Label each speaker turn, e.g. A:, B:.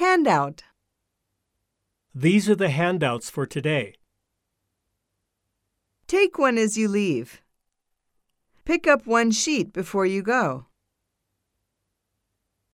A: Handout.
B: These are the handouts for today.
A: Take one as you leave. Pick up one sheet before you go.